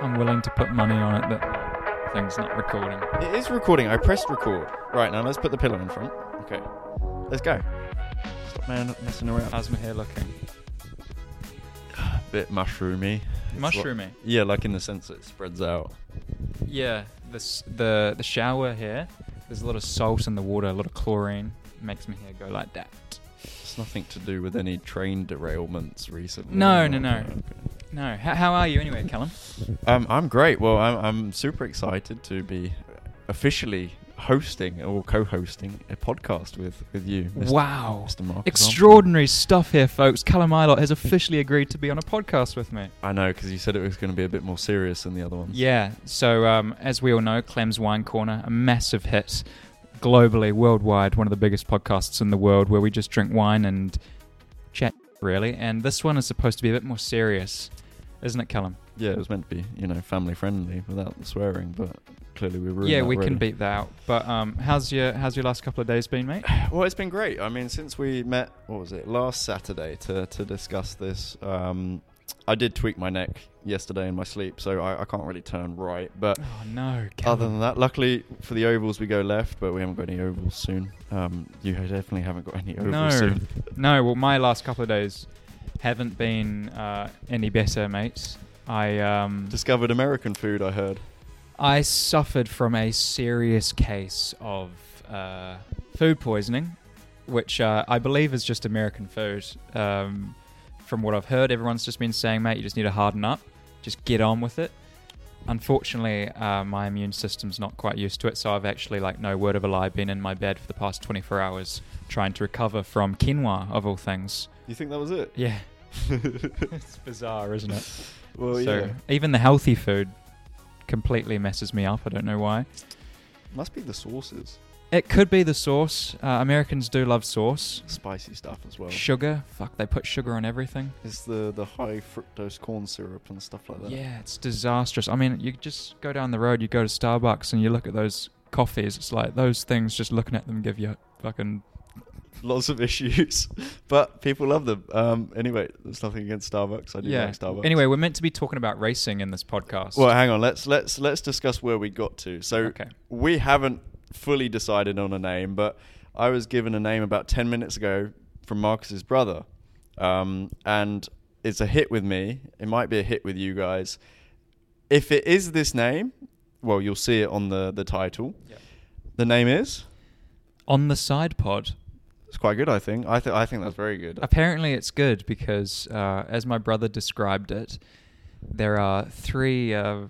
I'm willing to put money on it that thing's not recording. It is recording. I pressed record. Right now, let's put the pillow in front. Okay, let's go. Stop man messing around. How's my hair looking? A bit mushroomy. It's like- Mushroomy. yeah, like in the sense it spreads out. Yeah, this the the shower here. There's a lot of salt in the water, a lot of chlorine. Makes my hair go like that. It's nothing to do with any train derailments recently. No, no, no. No, how, how are you anyway, Callum? Um, I'm great. Well, I'm, I'm super excited to be officially hosting or co-hosting a podcast with with you. Mr. Wow. Mr. Marcus. Extraordinary stuff here, folks. Callum Ilott has officially agreed to be on a podcast with me. I know because you said it was going to be a bit more serious than the other ones. Yeah, so um, as we all know, Clem's Wine Corner, a massive hit globally, worldwide, one of the biggest podcasts in the world where we just drink wine and chat, really. And this one is supposed to be a bit more serious, isn't it, Callum? Yeah, it was meant to be, you know, family friendly without the swearing, but clearly we were. yeah, we can beat that out. But um, how's your how's your last couple of days been, mate? Well, it's been great. I mean, since we met, what was it last Saturday to to discuss this? Um, I did tweak my neck yesterday in my sleep, so I, I can't really turn right. But Oh no, other Callum. than that, luckily for the ovals we go left, but we haven't got any ovals soon. Um, you definitely haven't got any ovals No. soon. No, well, my last couple of days haven't been uh, any better, mates. I um, Discovered American food, I heard. I suffered from a serious case of uh, food poisoning, which uh, I believe is just American food. Um, from what I've heard, everyone's just been saying, mate, you just need to harden up, just get on with it. Unfortunately, uh, my immune system's not quite used to it, so I've actually, like, no word of a lie, been in my bed for the past 24 hours trying to recover from quinoa, of all things. You think that was it? Yeah. it's bizarre, isn't it? Well, so, yeah. even the healthy food completely messes me up. I don't know why. Must be the sauces, It could be the sauce. Uh, Americans do love sauce. spicy stuff as well. Sugar. Fuck, they put sugar on everything. It's the the high fructose corn syrup and stuff like that. Yeah, it's disastrous. I mean, you just go down the road, you go to Starbucks, and you look at those coffees. It's like those things, just looking at them, give you fucking. Lots of issues, but people love them. Um, anyway, there's nothing against Starbucks. I do yeah. like Starbucks. Anyway, we're meant to be talking about racing in this podcast. well, hang on. Let's let's let's discuss where we got to. So Okay. we haven't fully decided on a name, but I was given a name about ten minutes ago from Marcus's brother, um, and it's a hit with me. It might be a hit with you guys. If it is this name, well, you'll see it on the the title. Yeah. The name is. On the side pod. It's quite good, I think. I think I think that's very good. Apparently, it's good because, uh, as my brother described it, there are three uh,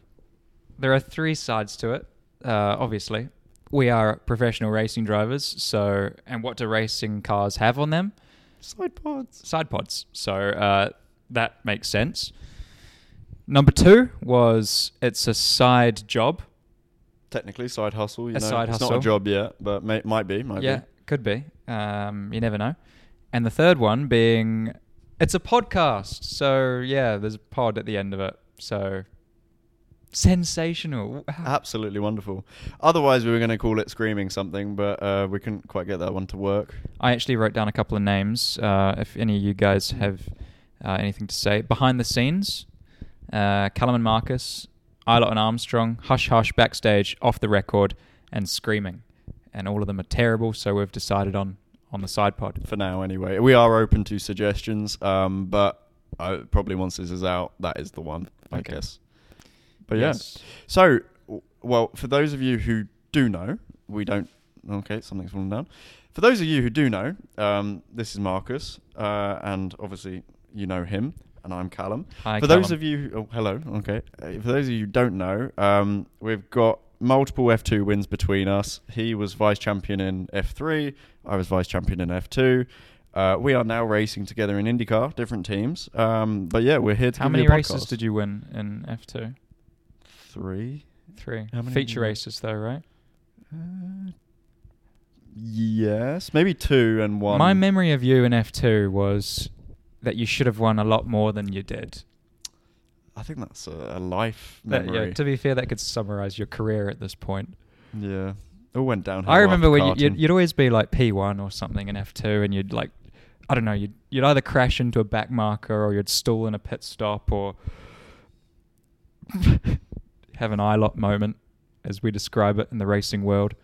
there are three sides to it. Uh, obviously, we are professional racing drivers, so and what do racing cars have on them? Side pods. Side pods. So uh, that makes sense. Number two was it's a side job. Technically, side hustle. You A know, side it's not hustle. a job yet, but may, might be. Might yeah, be. could be. Um, you never know. And the third one being it's a podcast. So yeah, there's a pod at the end of it. So sensational. Wow. Absolutely wonderful. Otherwise, we were going to call it screaming something, but uh, we couldn't quite get that one to work. I actually wrote down a couple of names. Uh, if any of you guys have uh, anything to say, behind the scenes, uh, Callum and Marcus, Ilot and Armstrong, Hush Hush, backstage, off the record, and screaming, and all of them are terrible. So we've decided on on the side pod. For now, anyway, we are open to suggestions, um, but I, probably once this is out, that is the one, I Okay. guess. But yeah. So, w- well, for those of you who do know, we don't. Okay, something's fallen down. For those of you who do know, um, this is Marcus, uh, and obviously you know him, and I'm Callum. Hi, for those Callum. of you, oh, hello. Okay, Uh, for those of you who don't know, um, we've got multiple F2 wins between us. He was vice champion in F3. I was vice champion in F2. Uh, we are now racing together in IndyCar, different teams. Um, but yeah, we're here to How give many you a races podcast. did you win in F two, Three. three? How many did Feature you win? races though, right? Uh, yes, maybe two and one. My memory of you in F two was that you should have won a lot more than you did. I think that's a, a life That- Uh, yeah, memory. to be fair, that could summarize your career at this point. Yeah. it all went downhill. I remember after when you, you'd, karting. you'd always be like P1 or something in F2, and you'd like, I don't know, you'd, you'd either crash into a back marker or you'd stall in a pit stop or. have an eye lot moment, as we describe it in the racing world.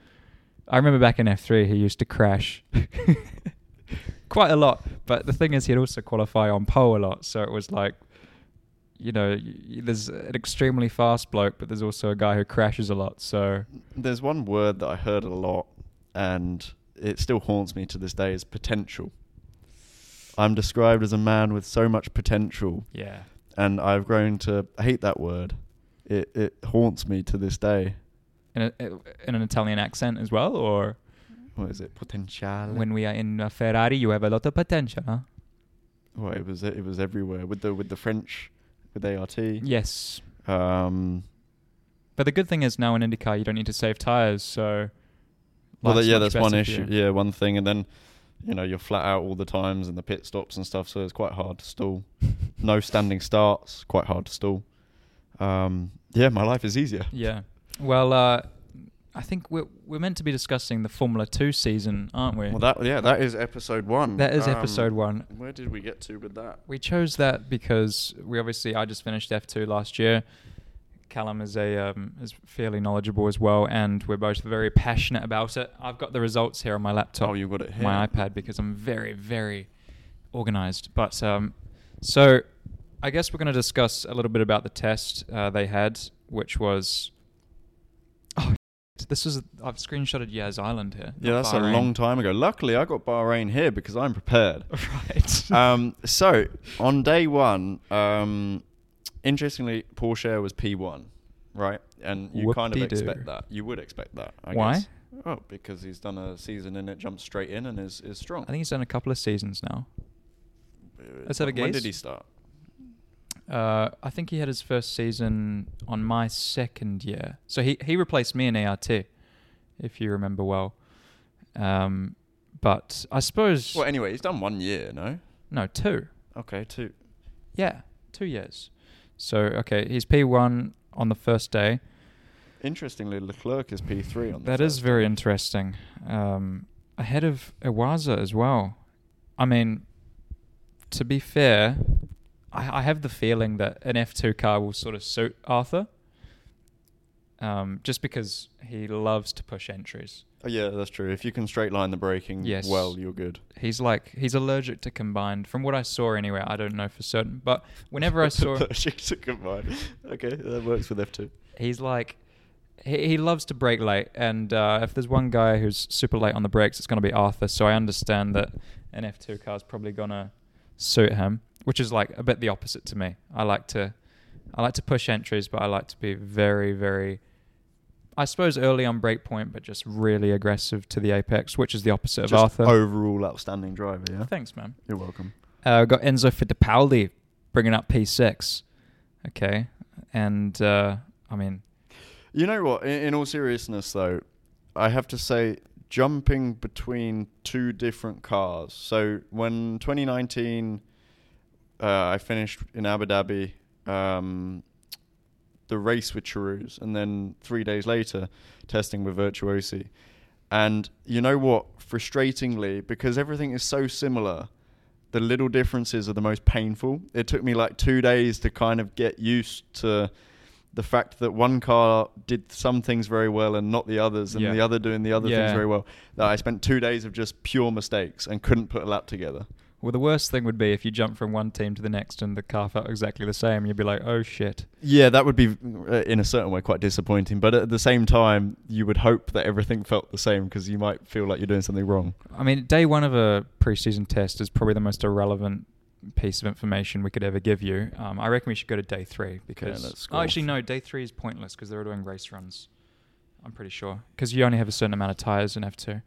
I remember back in F3, he used to crash quite a lot. But the thing is, he'd also qualify on pole a lot. So it was like, you know, y- there's an extremely fast bloke, but there's also a guy who crashes a lot. So There's one word that I heard a lot, and it still haunts me to this day: is potential. I'm described as a man with so much potential, yeah, and I've grown to hate that word. It it haunts me to this day. in, a, in an Italian accent as well, or What is it? Potenziale. when we are in a Ferrari, you have a lot of potential. Huh? well, it was it was everywhere with the with the French, with ART. Yes, Um. but the good thing is now in IndyCar, you don't need to save tires. So Well, life's that, yeah, much that's one better for issue. you. Yeah, one thing, and then you know you're flat out all the times and the pit stops and stuff, so it's quite hard to stall. no standing starts, quite hard to stall. Um, yeah, my life is easier. Yeah. Well, uh, I think we're we're meant to be discussing the Formula Two season, aren't we? Well, that yeah, that is episode one. That is Um, episode one. Where did we get to with that? We chose that because we obviously I just finished F two last year. Callum is a um, is fairly knowledgeable as well, and we're both very passionate about it. I've got the results here on my laptop. Oh, you've got it here. My iPad because I'm very very organized. But um, so I guess we're going to discuss a little bit about the test uh, they had, which was. Oh, this was I've screenshotted Yaz Island here. Yeah, not that's Bahrain. a long time ago. Luckily, I got Bahrain here because I'm prepared. Right. um, so on day one, um, interestingly, Porsche was P1, right? And you kind of Whoop-de-doo. expect that. You would expect that. I Why? Guess. Oh, because he's done a season and it jumps straight in and is, is strong. I think he's done a couple of seasons now. Uh, let's have a When guess. did he start? Uh, I think he had his first season on my second year. So he, he replaced me in ART, if you remember well. Um, but I suppose Well, anyway, he's done one year, no? no two. Okay, two. Yeah, two years. So okay, he's P one on the first day. Interestingly, Leclerc is P3 on the That is first. very interesting. Um, ahead of Iwaza as well. I mean, to be fair, I, I have the feeling that an F2 car will sort of suit Arthur. Um, just because he loves to push entries. Oh, yeah, that's true. If you can straight line the braking Yes. well, you're good. He's like he's allergic to combined. From what I saw anyway, I don't know for certain, but whenever I saw Allergic to combine. Okay, that works with F2. he's like he, he loves to brake late and uh, if there's one guy who's super late on the brakes it's going to be arthur so i understand that an f2 car's probably going to suit him which is like a bit the opposite to me i like to i like to push entries but i like to be very very i suppose early on break point but just really aggressive to the apex which is the opposite of Just arthur overall outstanding driver, yeah? thanks man You're welcome. uh, we've got Enzo Fittipaldi bringing up P6. Okay. And, uh, I mean, You know what? In, in all seriousness, though, I have to say, jumping between two different cars. So when 2019, uh, I finished in Abu Dhabi, um, the race with Cheruz, and then three days later, testing with Virtuosi. And you know what? Frustratingly, because everything is so similar, the little differences are the most painful. It took me like two days to kind of get used to the fact that one car did some things very well and not the others, and Yeah. the other doing the other Yeah. things very well. That I spent two days of just pure mistakes and couldn't put a lap together. Well, the worst thing would be if you jump from one team to the next and the car felt exactly the same. You'd be like, oh shit. Yeah, that would be uh, in a certain way quite disappointing. But at the same time, you would hope that everything felt the same because you might feel like you're doing something wrong. I mean, day one of a preseason test is probably the most irrelevant piece of information we could ever give you. Um, I reckon we should go to day three because. let's oh, go. actually, no, day three is pointless because they're all doing race runs. I'm pretty sure. Because you only have a certain amount of tyres in F2.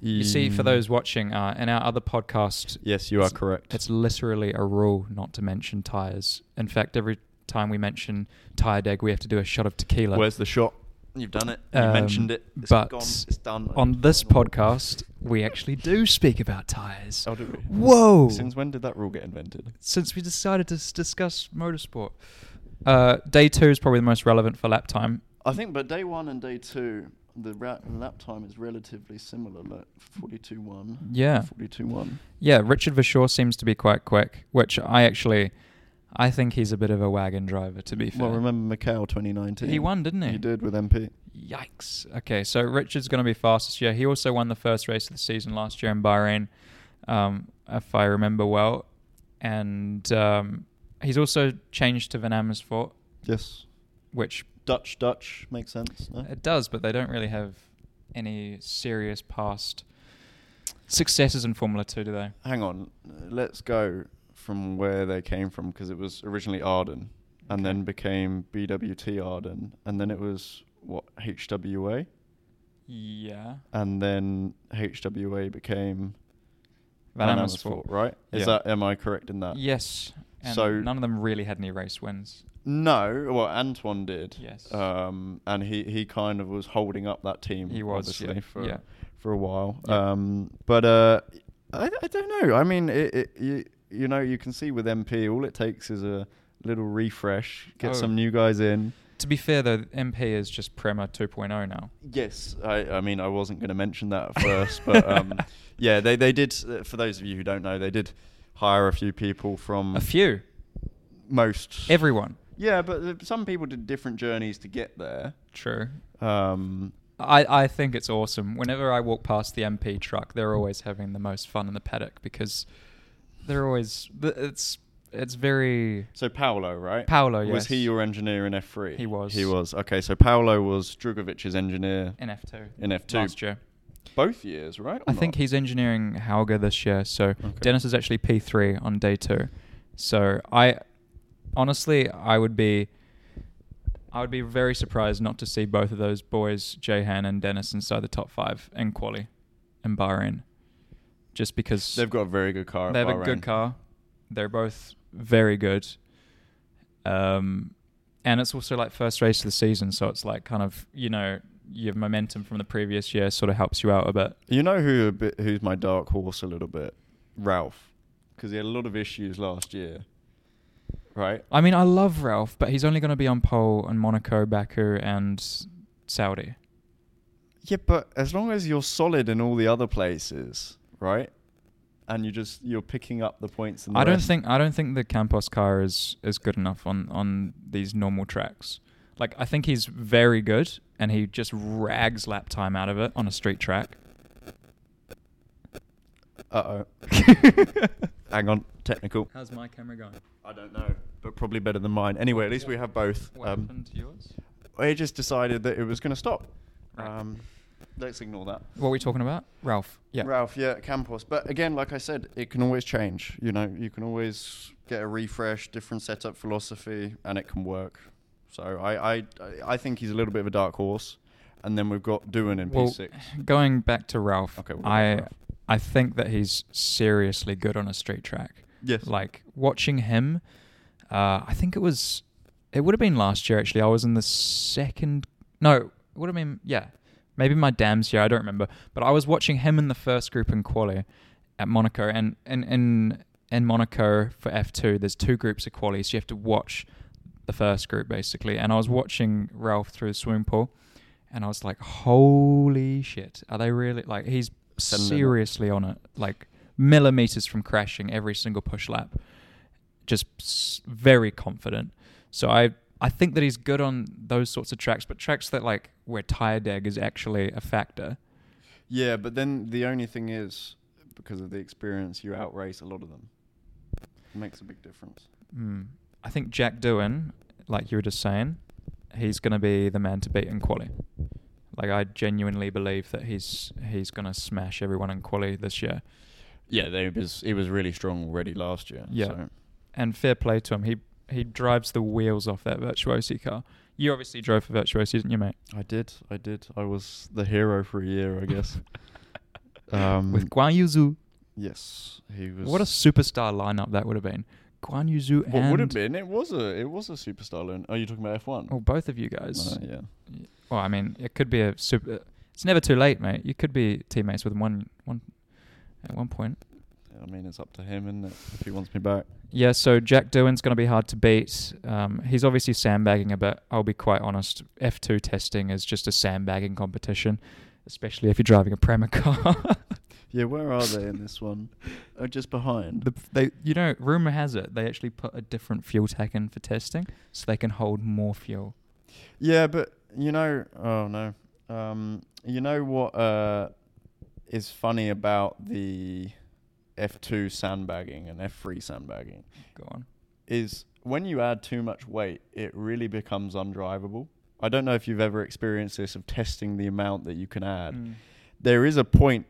You see, for those watching, uh, in our other podcast, Mm, Yes, you are It's- correct. It's literally a rule not to mention tires. In fact, every time we mention tire deg, we have to do a shot of tequila. Where's the shot? You've done it. You Um, mentioned it. It's but gone. It's done. on this Final. podcast, we actually do speak about tires. Oh, do we? Whoa! Since when did that rule get invented? Since we decided to s- discuss motorsport, uh, day two is probably the most relevant for lap time. I think, but day one and day two, the ra- lap time is relatively similar, like 42 1. Yeah. 42 1. Yeah, Richard Vershaw seems to be quite quick, which I actually I think he's a bit of a wagon driver, to be fair. Well, remember Macau 2019? He won, didn't he? He did with MP. Yikes. Okay, so Richard's going to be fast this year. He also won the first race of the season last year in Bahrain, um, if I remember well. And um, he's also changed to Van Amersfoort, Yes. which Dutch, Dutch makes sense. No? it does, but they don't really have any serious past successes in Formula 2, do they? Hang on. Let's go from where they came from because it was originally Arden and Okay. then became BWT Arden and then it was what HWA Yeah. and then HWA became Van Amersfoort. right? Is Yeah. that am I correct in that? Yes. And So- none of them really had any race wins. No, well Antoine did. Yes. Um, and he, he kind of was holding up that team. He was, obviously yeah, for yeah. for a while. Yeah. Um, but uh, I I don't know. I mean, it, it you you know you can see with MP all it takes is a little refresh, get Oh. some new guys in. To be fair, though, MP is just Prema 2.0 now. Yes, I, I mean I wasn't going to mention that at first, but um, yeah, they they did. uh, For those of you who don't know, they did hire a few people from A few. most Everyone. Yeah, but uh, some people did different journeys to get there. True. Um, I, I think it's awesome. Whenever I walk past the MP truck, they're always having the most fun in the paddock because they're always th- it's it's very so Paolo, right? Paolo, yes. was he your engineer in F3? He was. He was. Okay, so Paolo was Drugovic's engineer in F two in F2 last year. both years, right? or I think not? he's engineering Hauger this year, so Okay. Dennis is actually P three on day two. So I honestly I would be I would be very surprised not to see both of those boys, Jahan and Dennis, inside the top five in quali in Bahrain. Just because They've got a very good car. at They have a Bahrain. good car. They're both very good. Um, and it's also like first race of the season, so it's like kind of you know you have momentum from the previous year, sort of helps you out a bit. You know who a bit, who's my dark horse a little bit? Ralph, because he had a lot of issues last year. Right. I mean, I love Ralph, but he's only going to be on pole in Monaco, Baku, and Saudi. Yeah, but as long as you're solid in all the other places, right? And you just you're picking up the points. In the I don't rest. think I don't think the Campos car is is good enough on on these normal tracks. Like I think he's very good, and he just rags lap time out of it on a street track. Uh oh. Hang on, technical. How's my camera going? I don't know, but probably better than mine. Anyway, at least we have both. What Um, happened to yours? I just decided that it was going to stop. Right. Um, let's ignore that. What are we talking about? Ralph. Yeah. Ralph, yeah, Campos. But again, like I said, it can always change. You know, you can always get a refresh, different setup philosophy, and it can work. So I, I, I think he's a little bit of a dark horse. And then we've got Doan in Well, P6. going back to Ralph, Okay, we'll go I with Ralph. I think that he's seriously good on a street track. Yes. Like watching him, uh, I think it was it would have been last year actually. I was in the second no, it would have been yeah. Maybe my dams year, I don't remember. But I was watching him in the first group in quali at Monaco and in in in Monaco for F two, there's two groups of quali, so you have to watch the first group basically. And I was watching Ralph through the swimming pool and I was like, Holy shit, are they really like he's Sending it. seriously on it, like millimeters from crashing every single push lap. Just s- very confident. So I I think that he's good on those sorts of tracks, but tracks that like where tire deg is actually a factor. Yeah, but then the only thing is, because of the experience, you outrace a lot of them. It makes a big difference. Hmm. I think Jack Doohan, like you were just saying, he's going to be the man to beat in quali. Like I genuinely believe that he's he's going to smash everyone in quali this year. Yeah, they was he was really strong already last year. Yeah. and fair play to him. He he drives the wheels off that Virtuosi car. You obviously drove for Virtuosi, didn't you, mate? I did, I did. I was the hero for a year, I guess. um, With Guan Yuzu. yes, he was. What a superstar lineup that would have been. Guan Yuzu What and would have been? It was a it was a superstar. Loan. Are you talking about F one? Uh, Well, both of you guys. yeah. Well, I mean, it could be a super. It's never too late, mate. You could be teammates with one one at one point. I mean, it's up to him, and if he wants me back. Yeah, so Jack Doohan's going to be hard to beat. Um, he's obviously sandbagging a bit. I'll be quite honest. F2 testing is just a sandbagging competition, especially if you're driving a Prema car. Yeah, where are they in this one? Oh, just behind. The, they, you know, rumor has it they actually put a different fuel tank in for testing, so they can hold more fuel. Yeah, but you know, oh no, um, you know what uh, is funny about the F2 sandbagging and F3 sandbagging Go on. is when you add too much weight, it really becomes undrivable. I don't know if you've ever experienced this of testing the amount that you can add. Mm. There is a point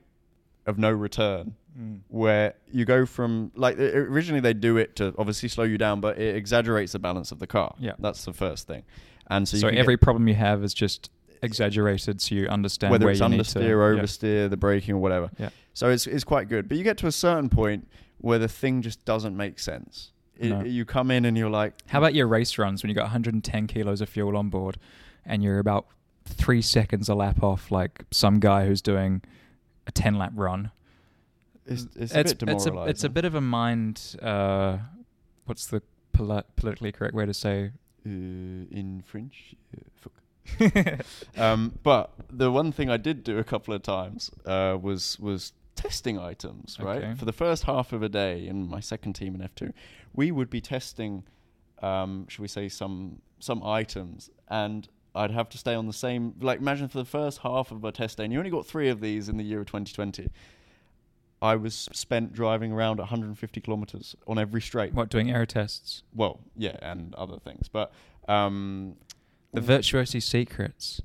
of no return Mm. where you go from like i- originally they do it to obviously slow you down, but it exaggerates the balance of the car. Yeah. that's the first thing. And so, So, you can get- every problem you have is just exaggerated, so you understand whether where it's you need to. understeer, yeah. oversteer, the braking or whatever. Yeah. So it's it's quite good, but you get to a certain point where the thing just doesn't make sense. It, No. You come in and you're like, How about your race runs when you got 110 kilos of fuel on board, and you're about three seconds a lap off, like some guy who's doing a 10 lap run. it's, it's, a bit it's demoralizing. a, it's a bit of a mind. Uh, what's the poli- politically correct way to say? uh, in French. Uh, fuck. um, but the one thing I did do a couple of times uh, was was testing items. Right Okay. for the first half of a day in my second team in F two, we would be testing, um, should we say some some items, and I'd have to stay on the same. Like imagine for the first half of a test day, and you only got three of these in the year of 2020. I was spent driving around 150 kilometers on every straight. What doing air tests? Well, yeah, and other things, but um, The virtuosi secrets.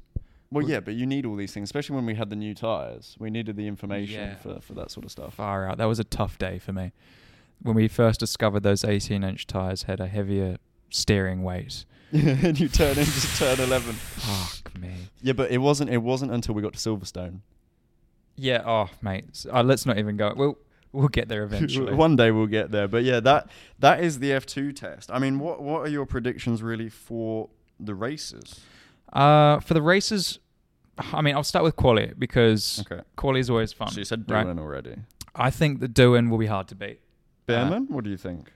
Well, Well- yeah, but you need all these things, especially when we had the new tires. We needed the information Yeah. for, for that sort of stuff. Far out. That was a tough day for me. When we first discovered those 18 inch tires had a heavier steering weight. and you turn into turn eleven. Fuck me. Yeah, but it wasn't. It wasn't until we got to Silverstone. Yeah. Oh, mate. S- uh, let's not even go. We'll we'll get there eventually. One day we'll get there. But yeah, that that is the F two test. I mean, what what are your predictions really for the races? Uh, for the races, I mean, I'll start with quali because Okay, quali is always fun. so you said right? Uh, Doohan already. I think the Doohan will be hard to beat. Behrman, what do you think?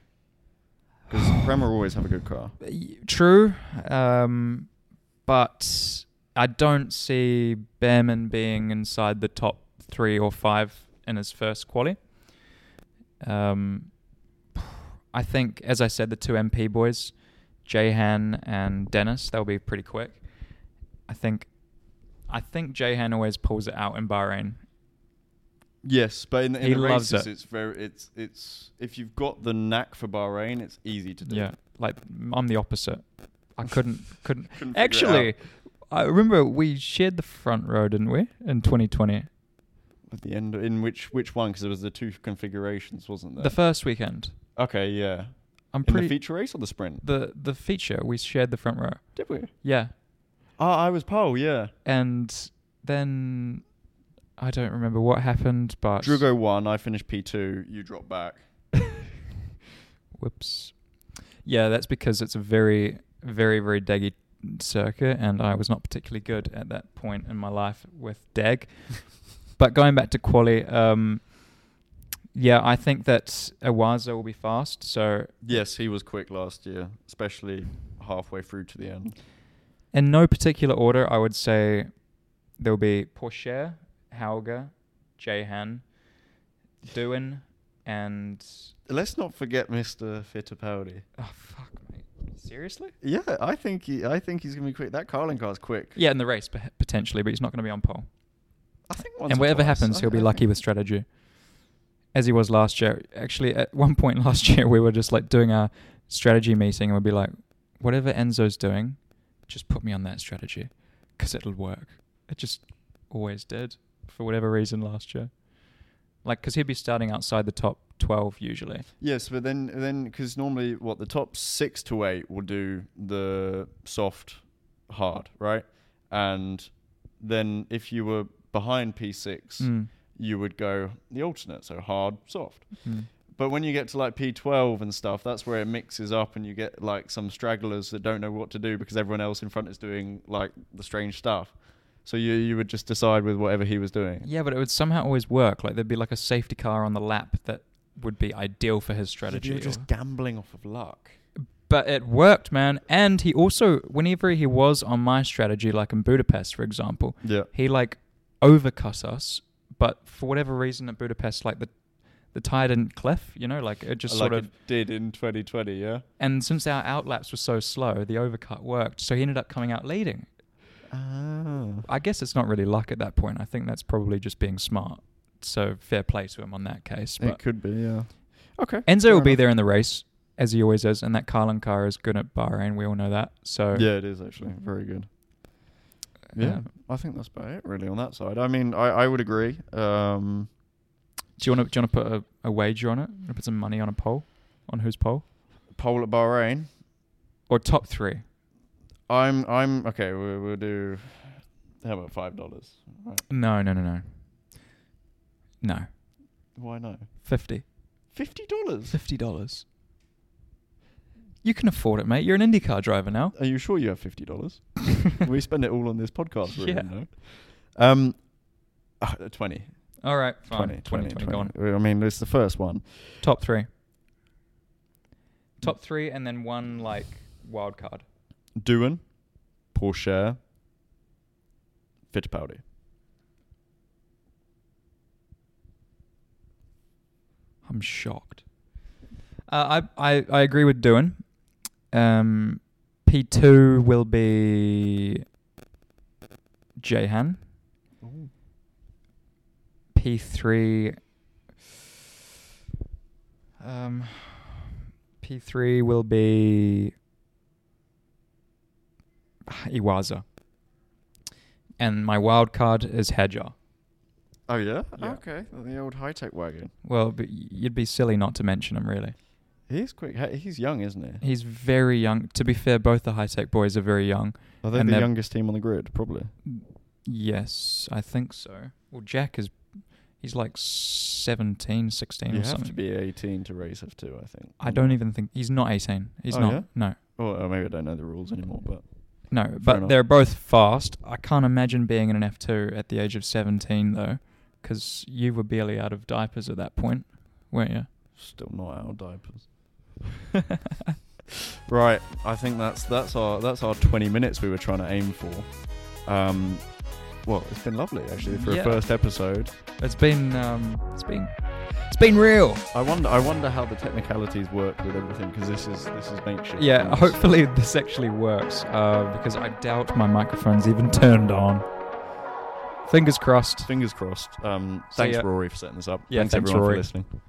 Because Bremer always have a good car. Y- True, um, but I don't see Behrman being inside the top three or five in his first quali. Um, I think, as I said, the two MP boys, Jahan and Dennis, they'll be pretty quick. I think, I think Jahan always pulls it out in Bahrain. Yes, but in, the- in He the loves races, it. it's very it's it's if you've got the knack for Bahrain, it's easy to do. Yeah, like I'm the opposite. I couldn't couldn't, Couldn't figure it actually. out. I remember we shared the front row, didn't we, in 2020, At the end, in which which one? Because there was the two configurations, wasn't there? the first weekend. okay, yeah. I'm Uh, in pretty the feature race or the sprint? the the feature we shared the front row. Did we? Yeah, Oh, I was pole. Yeah. and then I don't remember what happened, but Drugo won. I finished P two. You dropped back. whoops. Yeah, that's because it's a very very very daggy circuit, and I was not particularly good at that point in my life with dag. But going back to quali, um, yeah, I think that Awaza will be fast. So, Yes, he was quick last year, especially halfway through to the end. in no particular order, I would say there'll be Porsche, Hauger, Jahan, Doohan, and Let's not forget Mr. Fittipaldi. oh fuck, mate, seriously? Yeah, I think he, I think he's gonna be quick. That Carlin car's quick. Yeah, in the race p- potentially, but he's not going to be on pole. I think. and whatever happens, he'll be lucky with strategy, as he was last year. Actually, at one point last year, we were just like doing our strategy meeting, and we'd be like, "Whatever Enzo's doing, just put me on that strategy, because it'll work." It just always did, for whatever reason last year. Like, because he'd be starting outside the top twelve usually. Yes, but then then because normally what the top six to eight will do the soft, hard, right? And then if you were behind P six, Mm. you would go the alternate, so hard, soft. Mm. But when you get to like P twelve and stuff, that's where it mixes up, and you get like some stragglers that don't know what to do because everyone else in front is doing like the strange stuff. So you you would just decide with whatever he was doing. Yeah, but it would somehow always work. Like, there'd be like a safety car on the lap that would be ideal for his strategy. You're or- just gambling off of luck. but it worked, man. And he also, whenever he was on my strategy, like in Budapest, for example, Yeah. he like overcut us but for whatever reason at Budapest, like the the tire didn't cliff, you know, like it just like sort of. it did in 2020, yeah. And since our outlaps were so slow, the overcut worked, so he ended up coming out leading. Oh. I guess it's not really luck at that point. I think that's probably just being smart. So fair play to him on that case. But It could be, yeah. Okay. Enzo will fair be enough. there in the race as he always is, and that Carlin car is good at Bahrain. We all know that. So Yeah, it is actually very good. Yeah, Yeah. I think that's about it really on that side. I mean, I, I would agree. Um, Do you want to do you want to put a, a wager on it? Wanna Put some money on a poll, on whose poll poll at Bahrain. or top three. I'm I'm okay. We, we'll do. How about five dollars? Right. No, no, no, no. No, Why no? fifty. Fifty dollars. Fifty dollars. You can afford it, mate. You're an IndyCar driver now. Are you sure you have fifty dollars? we spend it all on this podcast. Room, Yeah. No? Um, ah, twenty. All right, fine. 20, 20, 20, Go on. I mean, it's the first one. Top three. Top three, and then one like wild card. Doohan, Porsche, Fittipaldi. I'm shocked. Uh, I, I I agree with Doan. Um, P two will be Jahan. P three. Um, P three will be Iwaza. And my wild card is Hedger. Oh yeah? Yeah. Okay, the old high tech wagon. Well, but you'd be silly not to mention him, really. He's quick. he- He's young, isn't he? He's very young. To be fair, both the high tech boys are very young. Are they and the they're- youngest team on the grid? Probably. Yes, I think so. Well, Jack is. He's like 17, 16 You or have something. to be 18 to race F2, I think. I don't even think. He's not 18. He's Oh, not. yeah? No. Or or maybe I don't know the rules anymore, but No, but enough. they're both fast. I can't imagine being in an F2 at the age of 17, though, because you were barely out of diapers at that point, weren't you? still not out of diapers. right, I think that's that's our that's our 20 minutes we were trying to aim for. Um, well, it's been lovely actually for Yeah. a first episode. It's been. Um, it's been. It's been real. I wonder I wonder how the technicalities work with everything because this is this is makeshift. Yeah, things. hopefully this actually works uh, because I doubt my microphone's even turned on. Fingers crossed. Fingers crossed. Um, See thanks ya. Rory for setting this up. Yeah, thanks, thanks, everyone Rory. for listening.